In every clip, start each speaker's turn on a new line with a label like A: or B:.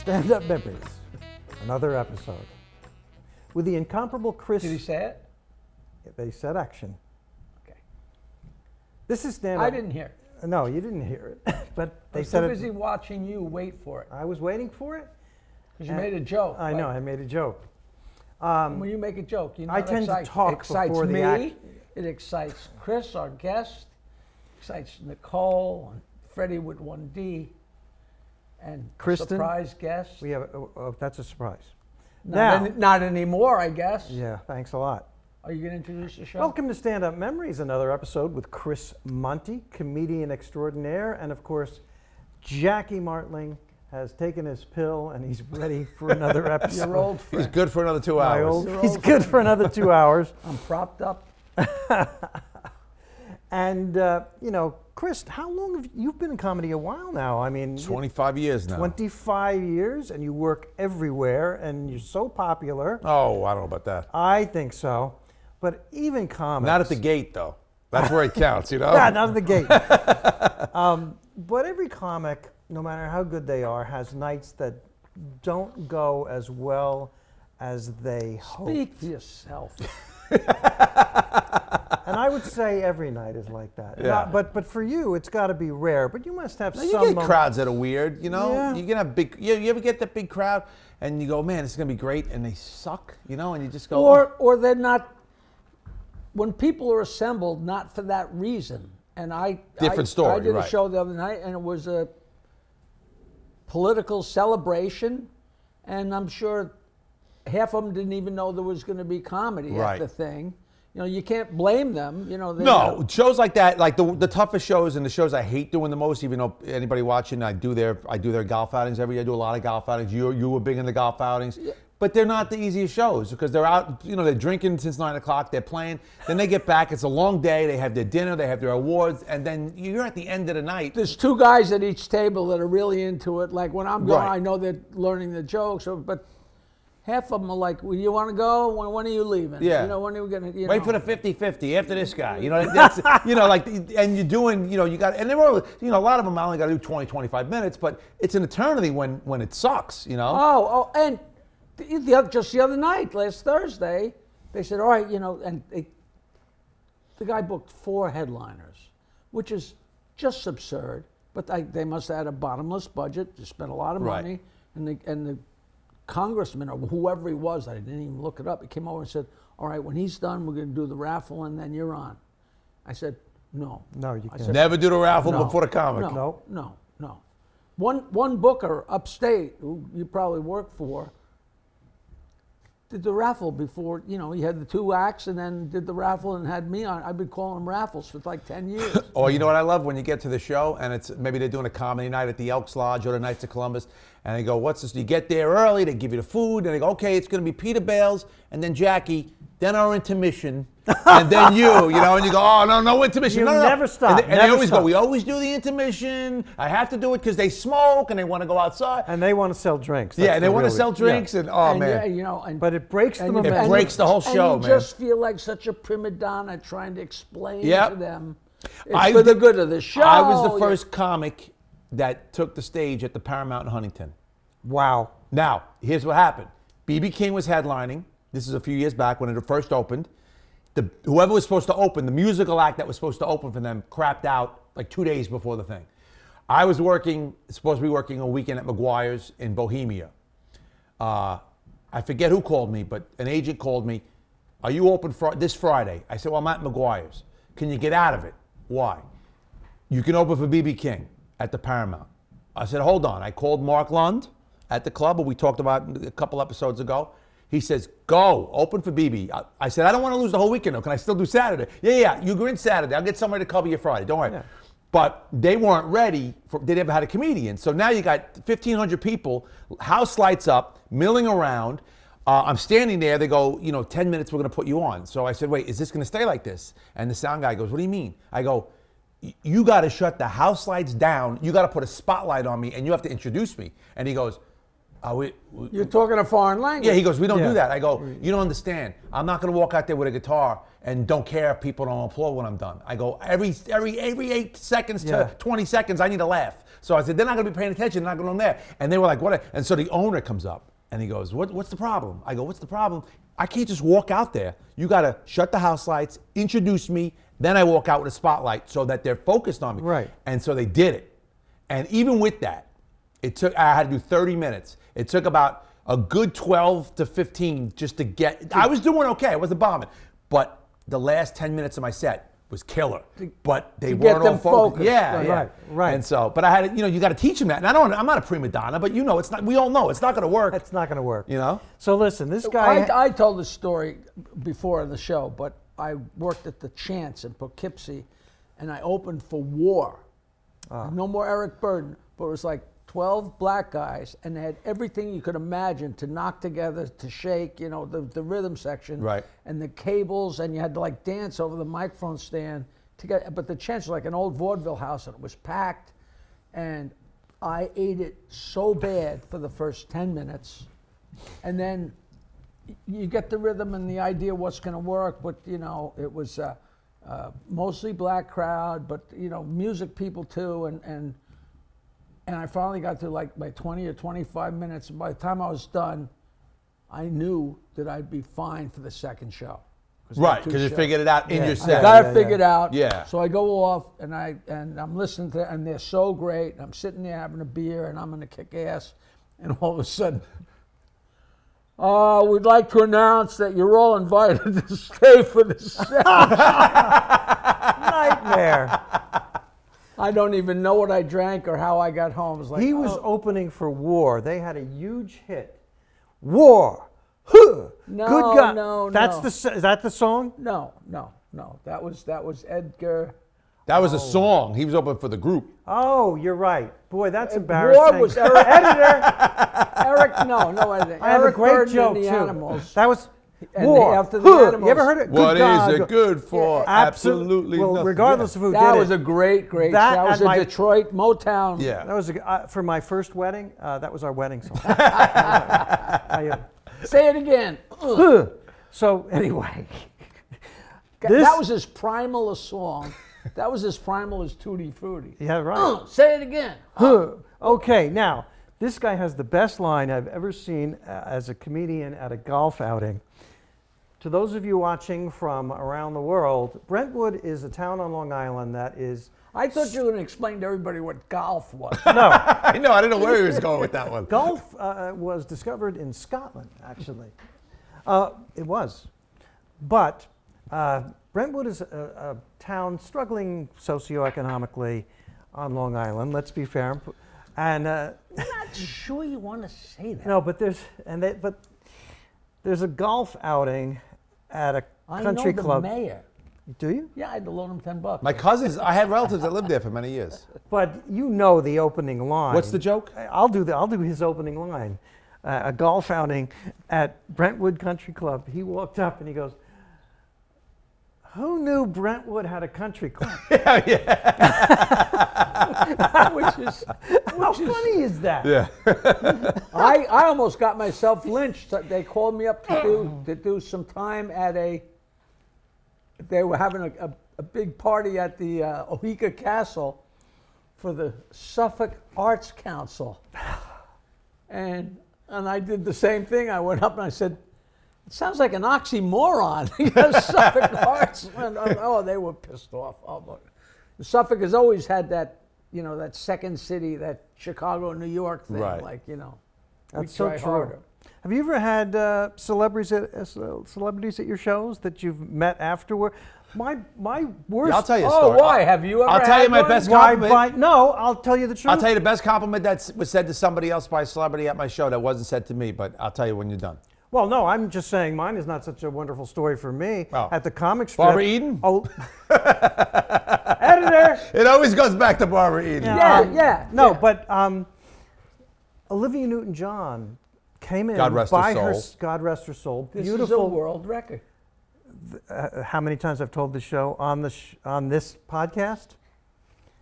A: Stand Up Memories, another episode. With the incomparable Chris,
B: Did he say it?
A: they said action.
B: Okay.
A: This is Stand Up.
B: I didn't hear. it.
A: No, you didn't hear it, but
B: I
A: they
B: was too
A: said
B: busy
A: it.
B: watching you wait for it
A: I was waiting for it.
B: because you
A: and-
B: made a joke.
A: I know,
B: like,
A: I made a joke. Um,
B: When you make a joke, you know
A: I
B: it
A: tend to
B: excites-
A: talk
B: it excites
A: before the
B: me,
A: act-
B: It excites Chris, our guest. Excites Nicole and Freddie with one D. And
A: Kristen.
B: surprise guest.
A: We have, oh, oh, that's a surprise.
B: not,
A: now-
B: any- not anymore, I guess.
A: Yeah, thanks a lot.
B: Are you going to introduce the show?
A: Welcome to Stand Up Memories, another episode with Chris Monty, comedian extraordinaire, and of course, Jackie Martling has taken his pill and he's ready for another episode.
B: Your old
C: He's
B: friend.
C: good for another two
A: My
C: hours.
A: old-
B: Your
A: he's
B: old
A: good for another two hours.
B: I'm propped up.
A: And uh, you know, Chris, how long have you've been in comedy? A while now. I mean,
C: 25 years now.
A: 25 years, and you work everywhere, and you're so popular.
C: Oh, I don't know about that.
A: I think so, but even comics.
C: Not at the gate, though. That's where it counts, you know?
A: Yeah, not at the gate. um, but every comic, no matter how good they are, has nights that don't go as well as they hope.
B: Speak to yourself.
A: And I would say every night is like that.
C: Yeah.
A: Not- but but for you, it's got to be rare. But you must have
C: Now,
A: some.
C: you get
A: mom-
C: crowds that are weird, you know?
A: Yeah.
C: You can have big, you, you ever get that big crowd and you go, man, this is going to be great, and they suck, you know? And you just go,
B: or or they're not when people are assembled not for that reason and i
C: Different
B: I,
C: story,
B: i did
C: right.
B: a show the other night and it was a political celebration and i'm sure half of them didn't even know there was going to be comedy
C: Right.
B: at the thing you know you can't blame them you know they
C: No, shows like that, like the, the toughest shows and the shows I hate doing the most. Even though anybody watching, I do their I do their golf outings every year. I do a lot of golf outings. You you were big into golf outings, but they're not the easiest shows because they're out. You know, they're drinking since nine o'clock. They're playing. Then they get back. It's a long day. They have their dinner. They have their awards, and then you're at the end of the night.
B: there's two guys at each table that are really into it. Like when I'm going,
C: Right.
B: I know they're learning the jokes, or, but half of them are like, well, "You want to go? When, when are you leaving?
C: Yeah.
B: You know, when are we gonna? You
C: Wait
B: know.
C: for the 50-50 after this guy. You know, that's, you know, like, and you're doing, you know, you got, and they're all, you know, a lot of them I only got to do 20, 25 minutes, but it's an eternity when when it sucks, you know.
B: Oh, oh, and the, the other, just the other night, last Thursday, they said, all right, you know, and they, the guy booked four headliners, which is just absurd. But I, they must have had a bottomless budget. They spent a lot of
C: Right.
B: money, and the and the congressman or whoever he was, I didn't even look it up. He came over and said, all right, when he's done, we're going to do the raffle, and then you're on. I said, no,
A: No, you
B: I
A: can't.
B: said,
C: Never do the raffle
B: no,
C: before the comic.
B: No,
A: No.
B: no, no, One one booker upstate who you probably work for did the raffle before. You know, he had the two acts and then did the raffle and had me on. I've been calling them raffles for like ten years.
C: Or Oh, you know what I love when you get to the show and it's maybe they're doing a comedy night at the Elks Lodge or the Knights of Columbus, and they go, "What's this?" You get there early, they give you the food, and they go, "Okay, it's going to be Peter Bales and then Jackie, then our intermission, and then you." You know, and you go, "Oh no, no intermission,
A: You
C: no, no, no."
A: never stop,
C: And they, and they
A: never
C: always
A: stop.
C: go, "We always do the intermission. I have to do it because they smoke and they want to go outside."
A: And they want to sell drinks.
C: yeah,
A: That's
C: and they
A: the
C: want to
A: real
C: sell
A: reason. Yeah.
C: drinks and oh
B: and
C: man,
B: yeah, you know, and
A: But it breaks the
B: and you-
A: momentum.
B: and
C: breaks the whole
B: and
C: show,
B: you
C: man.
B: just feel like such a prima donna trying to explain
C: Yep.
B: to them. It's
C: I
B: for the
C: did-
B: good of the show.
C: I was the
B: you-
C: first comic that took the stage at the Paramount in Huntington.
A: Wow.
C: Now, here's what happened. BB King was headlining. This is a few years back when it first opened. The, whoever was supposed to open, the musical act that was supposed to open for them, crapped out like two days before the thing. I was working, supposed to be working a weekend at McGuire's in Bohemia. Uh, I forget who called me, but an agent called me. Are you open Fri this Friday? I said, Well, I'm at McGuire's. Can you get out of it? Why? you can open for BB King at the Paramount. I said, hold on. I called Mark Lund at the club, who we talked about a couple episodes ago. He says, go, open for BB. I, I said, I don't want to lose the whole weekend, though. Can I still do Saturday? Yeah, yeah, you're in Saturday. I'll get somebody to cover you Friday. Don't worry. But they weren't ready. For, they never had a comedian. So now you got 1,500 people, house lights up, milling around. Uh, I'm standing there. They go, you know, 10 minutes, we're going to put you on. So I said, wait, is this going to stay like this? And the sound guy goes, what do you mean? I go, "Y- you got to shut the house lights down. You got to put a spotlight on me and you have to introduce me. And he goes, "Are we, we-
B: You're talking a foreign language.
C: yeah, he goes, we don't
A: Yeah.
C: do that. I go, you don't understand. I'm not going to walk out there with a guitar and don't care if people don't applaud when I'm done. I go, every every every eight seconds to
A: Yeah.
C: 20 seconds, I need to laugh. So I said, they're not going to be paying attention. They're not going on there. And they were like, what? And so the owner comes up and he goes, what, what's the problem? I go, what's the problem? I can't just walk out there. You got to shut the house lights, introduce me, then I walk out with a spotlight so that they're focused on me.
A: Right.
C: And so they did it. And even with that, it took I had to do 30 minutes. It took about a good 12 to 15 just to get I was doing okay. I wasn't bombing. But the last 10 minutes of my set was killer. But they
B: to get
C: weren't
B: them
C: all focused.
B: focused.
C: Yeah,
A: Right,
C: yeah.
A: right, right.
C: And so, but I had to, you know, you got to teach them that. And I don't I'm not a prima donna, but you know, it's not we all know it's not going to work,
A: That's not going to work.
C: you know?
A: So listen, this guy.
B: I, I told this story before on the show, but I worked at the Chance in Poughkeepsie, and I opened for War.
A: Ah.
B: No more Eric Burden, but it was like twelve black guys, and they had everything you could imagine to knock together, to shake, you know, the, the rhythm section,
C: Right.
B: and the cables, and you had to like dance over the microphone stand to get. But the Chance was like an old vaudeville house, and it was packed, and I ate it so bad for the first ten minutes and then y- you get the rhythm and the idea what's going to work. But you know, it was uh, uh, mostly black crowd, but you know, music people too, and and and I finally got to like my 20 or 25 minutes. And by the time I was done, I knew that I'd be fine for the second show. there were
C: Right,
B: two
C: cuz you
B: shows.
C: figured it out in
A: Yeah. I
C: your
B: I
C: set.
B: got
A: yeah,
B: it figured out.
C: Yeah.
B: So I go off and I and I'm listening to and they're so great. And I'm sitting there having a beer and I'm gonna kick ass, and all of a sudden, uh, we'd like to announce that you're all invited to stay for the set.
A: nightmare.
B: I don't even know what I drank or how I got home. It was like
A: he was
B: oh,
A: opening for War. They had a huge hit. War. Huh.
B: No,
A: Good God.
B: no,
A: That's
B: no.
A: the s- is that the song?
B: no, no, no. That was that was Edgar.
C: That was a song. He was open for the group.
A: Oh, you're right. Boy, that's embarrassing.
B: Uh, War was Eric.
A: editor.
B: Eric, no, no, I
A: I have a
B: Eric
A: great
B: Burden
A: joke
B: and the
A: too.
B: Animals.
A: That was
B: And
A: War.
B: the- after the
A: Huh.
B: Animals.
A: You ever heard it?
C: What is
A: God.
C: it good for?
A: Absolute-
C: Absolutely
A: Well,
C: nothing.
A: regardless of who
B: That
A: did
B: was
A: it.
B: a great, great.
A: That
B: That, was
A: and
B: a
A: my-
B: Detroit Motown.
C: Yeah.
A: That was a, uh, for my first wedding. Uh, that was our wedding song. I, uh,
B: Say it again. Ugh.
A: so anyway, This-
B: that was as primal a song. that was as primal as Tutti Frutti.
A: yeah, right.
B: Ugh, say it again.
A: okay, now this guy has the best line I've ever seen uh, as a comedian at a golf outing. To those of you watching from around the world, Brentwood is a town on Long Island that is
B: I thought you were going to explain to everybody what golf was.
A: no
C: I know. I didn't know where he was going with that one.
A: golf uh, was discovered in Scotland actually. Uh, it was, but uh, Brentwood is a, a town struggling socioeconomically on Long Island. Let's be fair, and. Uh,
B: not sure you want to say that.
A: No, but there's and they, but there's a golf outing at a
B: I
A: country
B: know the
A: club.
B: mayor.
A: Do you?
B: Yeah, I had to loan him ten bucks.
C: My cousins, I had relatives that lived there for many years.
A: But you know the opening line.
C: What's the joke?
A: I- I'll do the I'll do his opening line. Uh, a golf outing at Brentwood Country Club. He walked up and he goes, "Who knew Brentwood had a country club?
B: which is,
A: How
B: which is
A: funny is that?"
C: Yeah.
B: I, I almost got myself lynched. They called me up to do to do some time at a. They were having a, a, a big party at the uh, Ohika Castle for the Suffolk Arts Council, and and I did the same thing. I went up and I said, "It sounds like an oxymoron." You know, Suffolk Arts. And, oh, oh, they were pissed off. Oh, but Suffolk has always had that, you know, that second city, that Chicago, New York thing,
C: Right.
B: like you know. We
A: That's so
B: try
A: true.
B: harder.
A: Have you ever had uh, celebrities at uh, ce- celebrities at your shows that you've met afterward? My my worst.
C: I'll tell you a
B: Oh,
C: story.
B: why? Have you ever
C: I'll tell
B: had
C: you my
B: one?
C: best
A: Why,
C: compliment.
A: by, no, I'll tell you the truth.
C: I'll tell you the best compliment that s- was said to somebody else by a celebrity at my show that wasn't said to me, but I'll tell you when you're done.
A: Well, no, I'm just saying mine is not such a wonderful story for me.
C: Oh.
A: At the comic strip.
C: Barbara Eden?
A: Oh. Editor.
C: It always goes back to Barbara Eden.
B: Yeah, yeah,
A: No,
B: yeah.
A: but um, Olivia Newton John came in
C: God rest her
A: by
C: soul.
A: s- God rest her soul.
B: This
A: beautiful
B: is a world record.
A: uh, how many times I've told the show on the sh- on this podcast?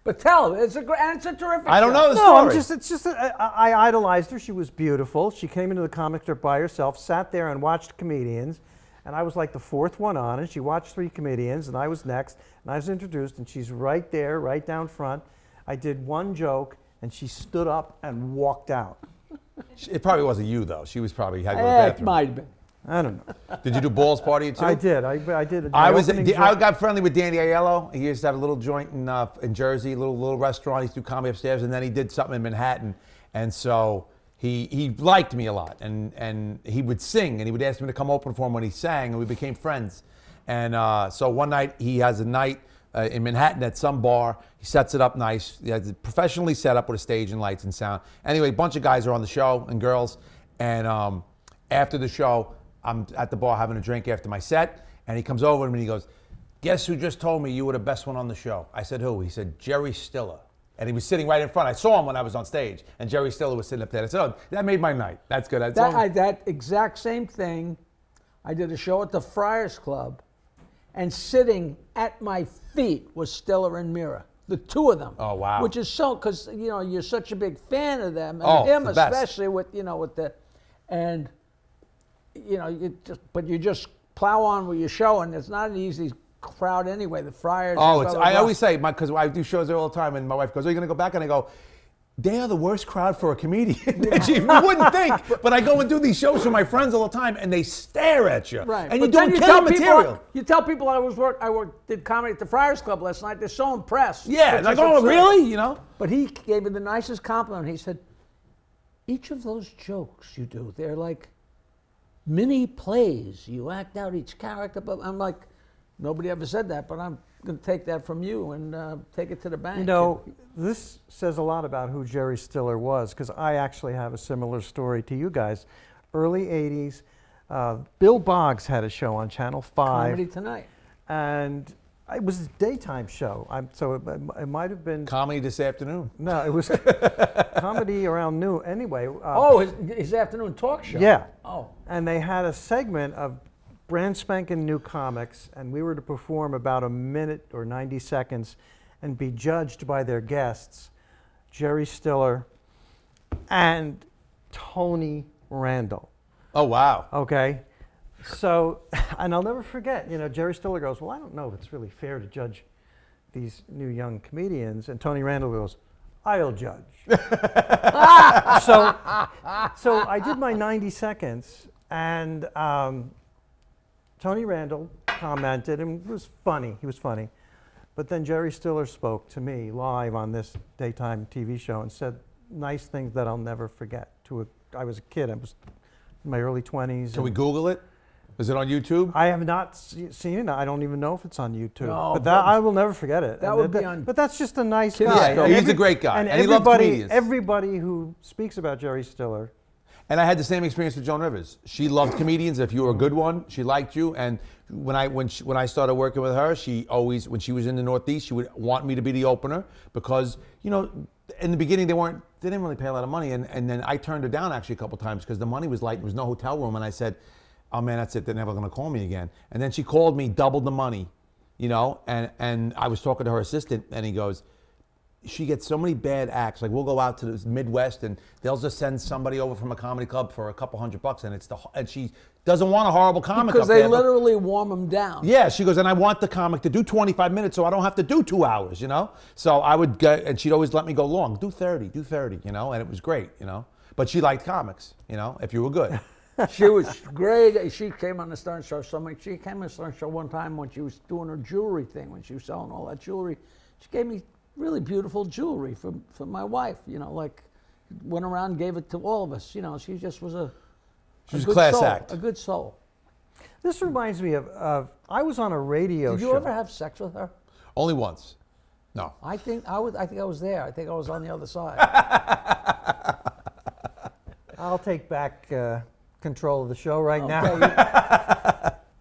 B: But tell, it's a gr- and it's a terrific.
C: I don't
B: show.
C: know the
A: No, I'm
C: story.
A: just, it's just, that I, I idolized her. She was beautiful. She came into the comic strip by herself, sat there and watched comedians. And I was like the fourth one on, and she watched three comedians, and I was next, and I was introduced, and she's right there, right down front. I did one joke, and she stood up and walked out.
C: She- It probably wasn't you though. She was probably had to go to the
B: Eh, it
C: bathroom.
B: might have been.
A: I don't know.
C: Did you do balls party too?
A: I did. I, I did. my
C: I was.
A: opening
C: I
A: joke-
C: got friendly with Danny Aiello. He used to have a little joint in uh, in Jersey, little little restaurant. He used to do comedy upstairs, and then he did something in Manhattan. And so he he liked me a lot, and and he would sing, and he would ask me to come open for him when he sang, and we became friends. And uh, so one night he has a night uh, in Manhattan at some bar. He sets it up nice, he has it professionally set up with a stage and lights and sound. Anyway, a bunch of guys are on the show and girls, and um, after the show, I'm at the bar having a drink after my set, and he comes over to me and he goes, Guess who just told me you were the best one on the show? I said, Who? He said, Jerry Stiller. And he was sitting right in front. I saw him when I was on stage, and Jerry Stiller was sitting up there. I said, Oh, that made my night. That's good. That's
B: That,
C: all-
B: I, that exact same thing. I did a show at the Friars Club, and sitting at my feet was Stella and Mira, the two of them.
C: Oh, wow.
B: Which is so because you know you're such a big fan of them, and
C: Oh,
B: him
C: the best.
B: especially with you know with the, and, you know you just but you just plow on with your show, and it's not an easy crowd anyway. The Friars.
C: Oh,
B: blah,
C: it's,
B: blah,
C: I
B: blah.
C: always say, because I do shows there all the time, and my wife goes, Are you going to go back? And I go, They are the worst crowd for a comedian that you wouldn't think. But I go and do these shows for my friends all the time, and they stare at you.
B: Right. but
C: And you're
B: then
C: doing
B: you
C: killer
B: tell people-
C: material.
B: you tell people I was work I worked did comedy at the Friars Club last night. They're so impressed.
C: yeah.
B: Which
C: Like,
B: is
C: oh,
B: absurd.
C: really? You know?
B: But he gave me the nicest compliment. He said, "Each of those jokes you do, they're like mini plays. You act out each character." But I'm like, nobody ever said that. But I'm going to take that from you and uh, take it to the bank.
A: You know, this says a lot about who Jerry Stiller was because I actually have a similar story to you guys. Early 80s, uh, Bill Boggs had a show on Channel 5,
B: comedy tonight.
A: and it was a daytime show. I'm, so it, it might have been,
C: Comedy this afternoon.
A: no, it was comedy around noon. Anyway, uh,
B: Oh, his, his afternoon talk show.
A: yeah.
B: Oh.
A: And they had a segment of brand spanking new comics, and we were to perform about a minute or 90 seconds and be judged by their guests, Jerry Stiller and Tony Randall.
C: Oh, wow.
A: Okay? So, and I'll never forget, you know, Jerry Stiller goes, Well, I don't know if it's really fair to judge these new young comedians. And Tony Randall goes, I'll judge. so, so I did my 90 seconds, and um, Tony Randall commented and was funny. He was funny. But then Jerry Stiller spoke to me live on this daytime TV show and said nice things that I'll never forget. To a, I was a kid. I was in my early 20s.
C: Can we
A: and
C: Google it? Is it on YouTube?
A: I have not se- seen it. I don't even know if it's on YouTube.
B: No,
A: but that,
B: but-
A: I will never forget it.
B: That
A: And
B: would
A: th-
B: be on
A: But that's just a nice
B: Kids'
A: guy.
B: Scope.
A: And
C: He's a great guy,
A: And,
C: and he loves
A: everybody,
C: comedians.
A: everybody who speaks about Jerry Stiller
C: And I had the same experience with Joan Rivers. She loved comedians. If you were a good one, she liked you. And when I when she, when I started working with her, she always when she was in the Northeast, she would want me to be the opener because you know in the beginning they weren't they didn't really pay a lot of money, and and then I turned her down actually a couple times because the money was light. There was no hotel room, and I said, "Oh man, that's it. They're never going to call me again." And then she called me, doubled the money, you know. And and I was talking to her assistant, and he goes she gets so many bad acts. Like we'll go out to the Midwest and they'll just send somebody over from a comedy club for a couple hundred bucks, and it's the and she doesn't want a horrible comic
B: Because
C: up
B: they
C: there, but-
B: literally warm him down.
C: yeah, she goes, and I want the comic to do 25 minutes so I don't have to do two hours, you know? So I would get, and she'd always let me go long, do 30, do 30, you know? And it was great, you know? But she liked comics, you know, if you were good.
B: she was great. She came on the Stern Show so much. She came on the Stern Show one time when she was doing her jewelry thing, when she was selling all that jewelry. She gave me really beautiful jewelry for, for my wife, you know, like went around and gave it to all of us. You know, she just was a,
C: She was a
B: good
C: class
B: soul,
C: act.
B: A good soul.
A: This reminds me of, of I was on a radio
B: Did
A: show.
B: you ever have sex with her?
C: Only once. No.
B: I think I was I think I was there. I think I was on the other side.
A: I'll take back uh, control of the show right now.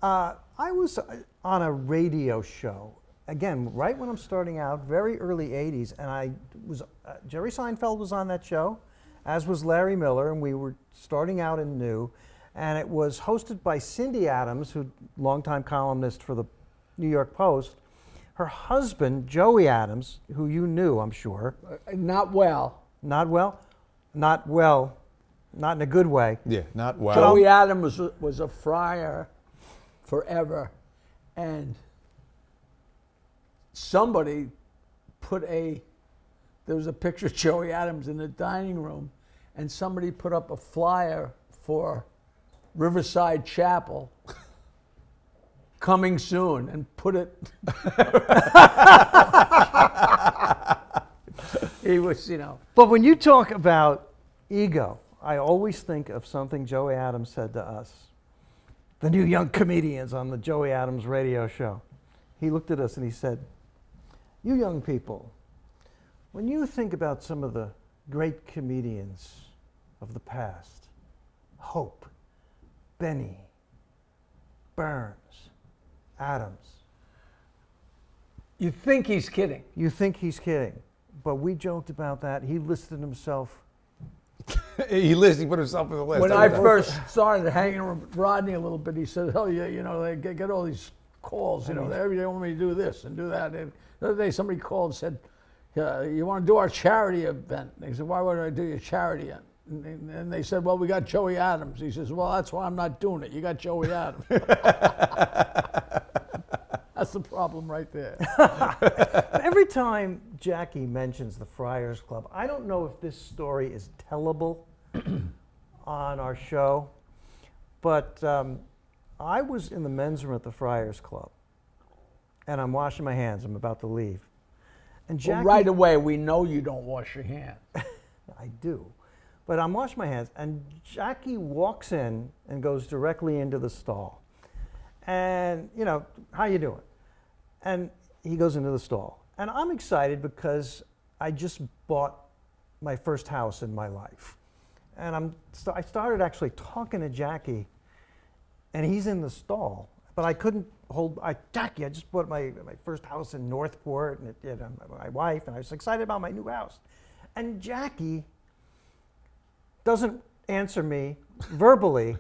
B: Oh, Okay,
A: I was uh, on a radio show again, right when I'm starting out, very early '80s, and I was uh, Jerry Seinfeld was on that show, as was Larry Miller, and we were starting out in new, and it was hosted by Cindy Adams, who longtime columnist for the New York Post. Her husband, Joey Adams, who you knew, I'm sure,
B: not well.
A: not well, not well, not in a good way.
C: Yeah, not wow.
B: Joey Adams was, was a friar forever, and somebody put a there was a picture of Joey Adams in the dining room, and somebody put up a flyer for Riverside Chapel coming soon and put it. he was, you know.
A: But when you talk about ego, I always think of something Joey Adams said to us, the new young comedians on the Joey Adams radio show. He looked at us and he said, You young people, when you think about some of the great comedians of the past, Hope, Benny, Burns, Adams,
B: You think he's kidding.
A: you think he's kidding, but we joked about that. He listed himself
C: he lists. He put himself on the list.
B: When
C: Look
B: I
C: at that.
B: first started hanging with Rodney a little bit, he said, "Oh yeah, you know, they get, get all these calls. You know, every day want me to do this and do that." And the other day, somebody called and said, yeah, "You want to do our charity event?" They said, "Why would I do your charity event?" And they- and they said, "Well, we got Joey Adams." He says, "Well, that's why I'm not doing it. You got Joey Adams." that's the problem right there.
A: Every time Jackie mentions the Friars Club, I don't know if this story is tellable on our show, but um, I was in the men's room at the Friars Club, and I'm washing my hands. I'm about to leave, and Jackie,
B: right away, we know you don't wash your hands.
A: I do, but I'm washing my hands, and Jackie walks in and goes directly into the stall, and you know, how you doing? And he goes into the stall. And I'm excited because I just bought my first house in my life. And I'm, so I started actually talking to Jackie, and he's in the stall. But I couldn't hold, I, Jackie, I just bought my, my first house in Northport, and it, you know, my- my wife, and I was excited about my new house. And Jackie doesn't answer me verbally.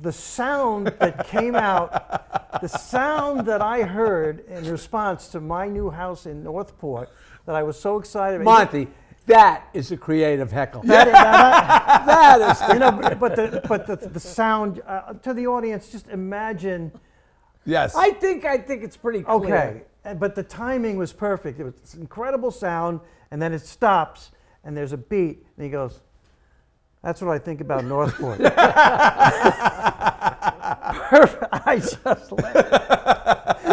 A: The sound that came out, the sound that I heard in response to my new house in Northport that I was so excited about.
B: Monty, that is a creative heckle.
A: That- that-
B: that is
A: you know, but but the, but the, the sound uh, to the audience, just imagine.
C: Yes.
B: I think I think it's pretty clear.
A: Okay, uh, but the timing was perfect. It was this incredible sound, and then it stops, and there's a beat, and he goes, "That's what I think about Northport." perfect. I just. laughed.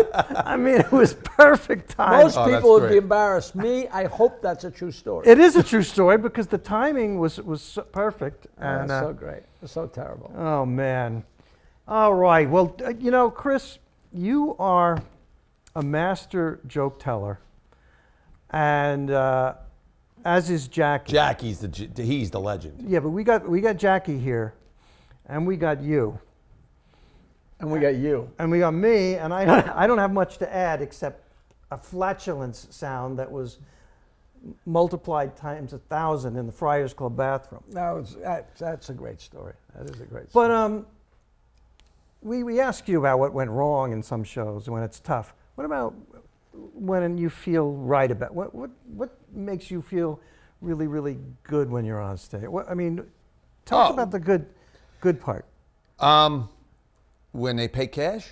A: I mean, it was perfect timing.
B: Most
C: Oh, that's
B: people would be
C: great.
B: embarrassed. Me, I hope that's a true story.
A: it is a true story because the timing was was so perfect,
B: Oh,
A: and
B: that's
A: uh,
B: so great. That's so terrible.
A: Oh man. All right. Well, uh, you know, Chris, you are a master joke teller, and uh, as is Jackie.
C: Jackie's the g- he's the legend.
A: yeah, but we got we got Jackie here, and we got you,
B: and we got you.
A: and we got me, and I don't, I don't have much to add except a flatulence sound that was m- multiplied times a thousand in the Friars Club bathroom.
B: No, it's, that, that's a great story. That is a great story.
A: But um, we, we ask you about what went wrong in some shows when it's tough. What about when you feel right about what what what makes you feel really really good when you're on stage? What, I mean, talk
C: Oh.
A: about the good good part.
C: Um, when they pay cash.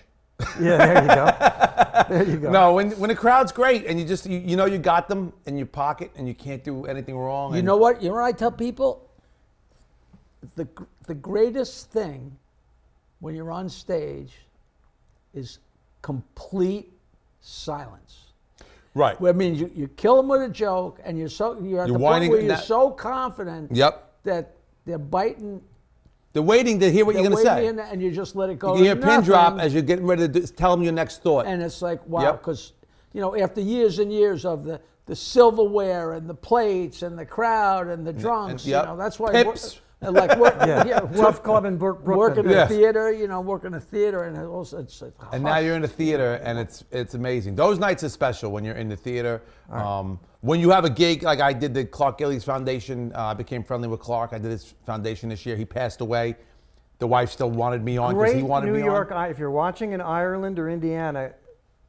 A: Yeah, there you go. there you go.
C: No, when when the crowd's great and you just you, you know you got them in your pocket and you can't do anything wrong.
B: you
C: and-
B: know what? You know what I tell people? The, gr- the greatest thing when you're on stage is complete silence.
C: right?
B: Well, I mean, you, you kill them with a joke, and you're so you're at
C: You're
B: the
C: whining
B: point where
C: and
B: you're
C: that-
B: so confident
C: Yep.
B: that they're biting.
C: They're waiting to hear what
B: They're
C: you're going to say.
B: waiting, and you just let it go.
C: you hear a pin drop
B: Nothing.
C: as you're getting ready to do, tell them your next thought.
B: and it's like wow
C: Yep.
B: because you know after years and years of the the silverware and the plates and the crowd and the drunks
C: yep.
B: you know that's why
C: Pips.
B: Wor- and like work,
A: Yeah.
B: yeah.
A: Tough
B: work,
A: club in Brook-
B: working
A: Brooklyn.
B: a
C: Yes.
B: theater you know working a theater and it also it's like,
C: And now you're in the theater, and it's it's amazing. Those nights are special when you're in the theater. Um, when you have a gig, like I did the Clark Gillies Foundation, uh, I became friendly with Clark. I did his foundation this year. He passed away. The wife still wanted me on because
A: Great
C: he wanted
A: New
C: me
A: York.
C: on.
A: I, if you're watching in Ireland or Indiana,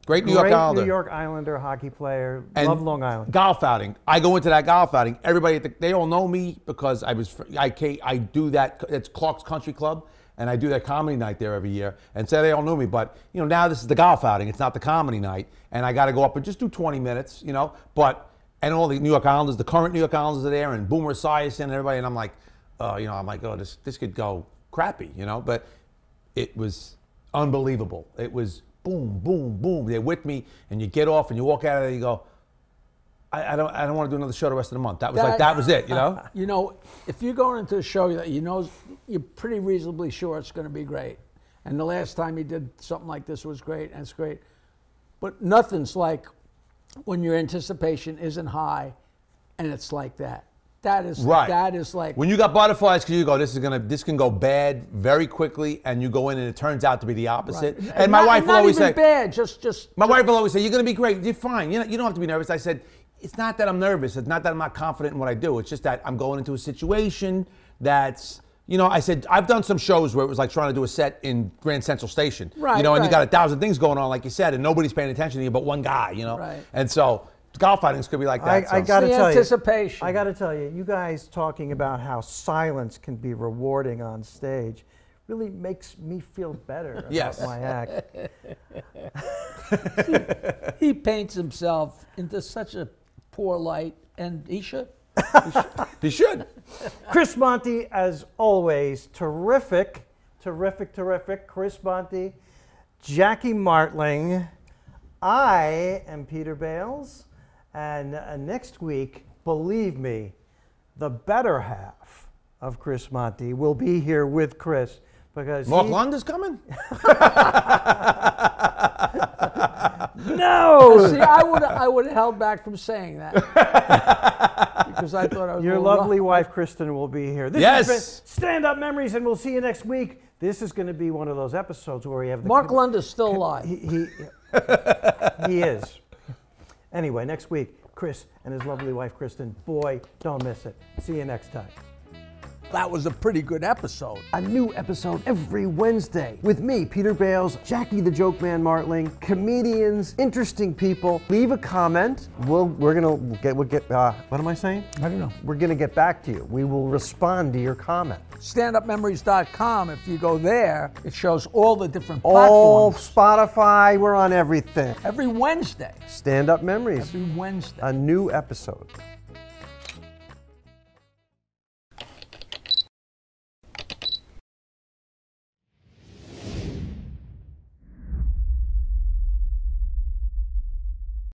C: Great New
A: great
C: York Islander.
A: New York Islander hockey player.
C: And
A: love Long Island.
C: Golf outing. I go into that golf outing. Everybody, at the, they all know me because I was. fr- I ca- I do that. It's Clark's Country Club, and I do that comedy night there every year. And so they all knew me. But you know, now this is the golf outing. It's not the comedy night, and I got to go up and just do 20 minutes. You know, but and all the New York Islanders, the current New York Islanders are there, and Boomer Esiason and everybody. And I'm like, uh, you know, I'm like, oh, this this could go crappy, you know. But it was unbelievable. It was boom, boom, boom. They're with me, and you get off and you walk out of there, you go. I, I don't. I don't want to do another show the rest of the month. That was like that was it, you know.
B: You know, if you're going into a show that you know you're pretty reasonably sure it's going to be great, and the last time you did something like this was great, and it's great, but nothing's like when your anticipation isn't high, and it's like that. That is
C: Right.
B: That is like
C: When you got butterflies, because you go, this is gonna, this can go bad very quickly, and you go in and it turns out to be the opposite. And, my
B: not-
C: wife will
B: not
C: always
B: even
C: say,
B: bad. Just just
C: my wife will always say, you're gonna be great. You're fine. You know, you don't have to be nervous. I said, it's not that I'm nervous. It's not that I'm not confident in what I do. It's just that I'm going into a situation that's, you know, I said I've done some shows where it was like trying to do a set in Grand Central Station. You
B: Right,
C: know, and you
B: right.
C: got a thousand things going on, like you said, and nobody's paying attention to you but one guy. You know.
B: Right.
C: And so golf outings could be like that.
A: I, I
C: so-
A: got to
B: the
A: tell
B: anticipation.
A: you. I got to tell you, you guys talking about how silence can be rewarding on stage really makes me feel better about
C: Yes.
A: my act.
B: he paints himself into such a poor light, and he should.
C: You should.
A: Chris Monty, as always, terrific, terrific, terrific. Chris Monty, Jackie Martling. I am Peter Bales, and uh, next week, believe me, the better half of Chris Monty will be here with Chris because
C: Mark
A: he-
C: Lunda's coming.
A: no.
B: See, I would I would have held back from saying that because I thought I was a
A: Your
B: little
A: lovely
B: rough.
A: wife, Kristen, will be here. This
C: Yes.
A: has been Stand Up Memories, and we'll see you next week. This is going to be one of those episodes where we have the
B: Mark Lund is still alive.
A: He, he, he is. Anyway, next week, Chris and his lovely wife, Kristen. Boy, don't miss it. See you next time.
B: That was a pretty good episode.
A: A new episode every Wednesday with me, Peter Bales, Jackie the Joke Man Martling, comedians, interesting people. Leave a comment. We'll, we're going to get, we'll get uh, what am I saying?
B: I don't know.
A: We're going to get back to you. We will respond to your comment.
B: StandUpMemories.com. If you go there, it shows all the different
A: All
B: platforms.
A: Spotify, we're on everything.
B: Every Wednesday.
A: Stand Up Memories,
B: Every Wednesday.
A: a new episode.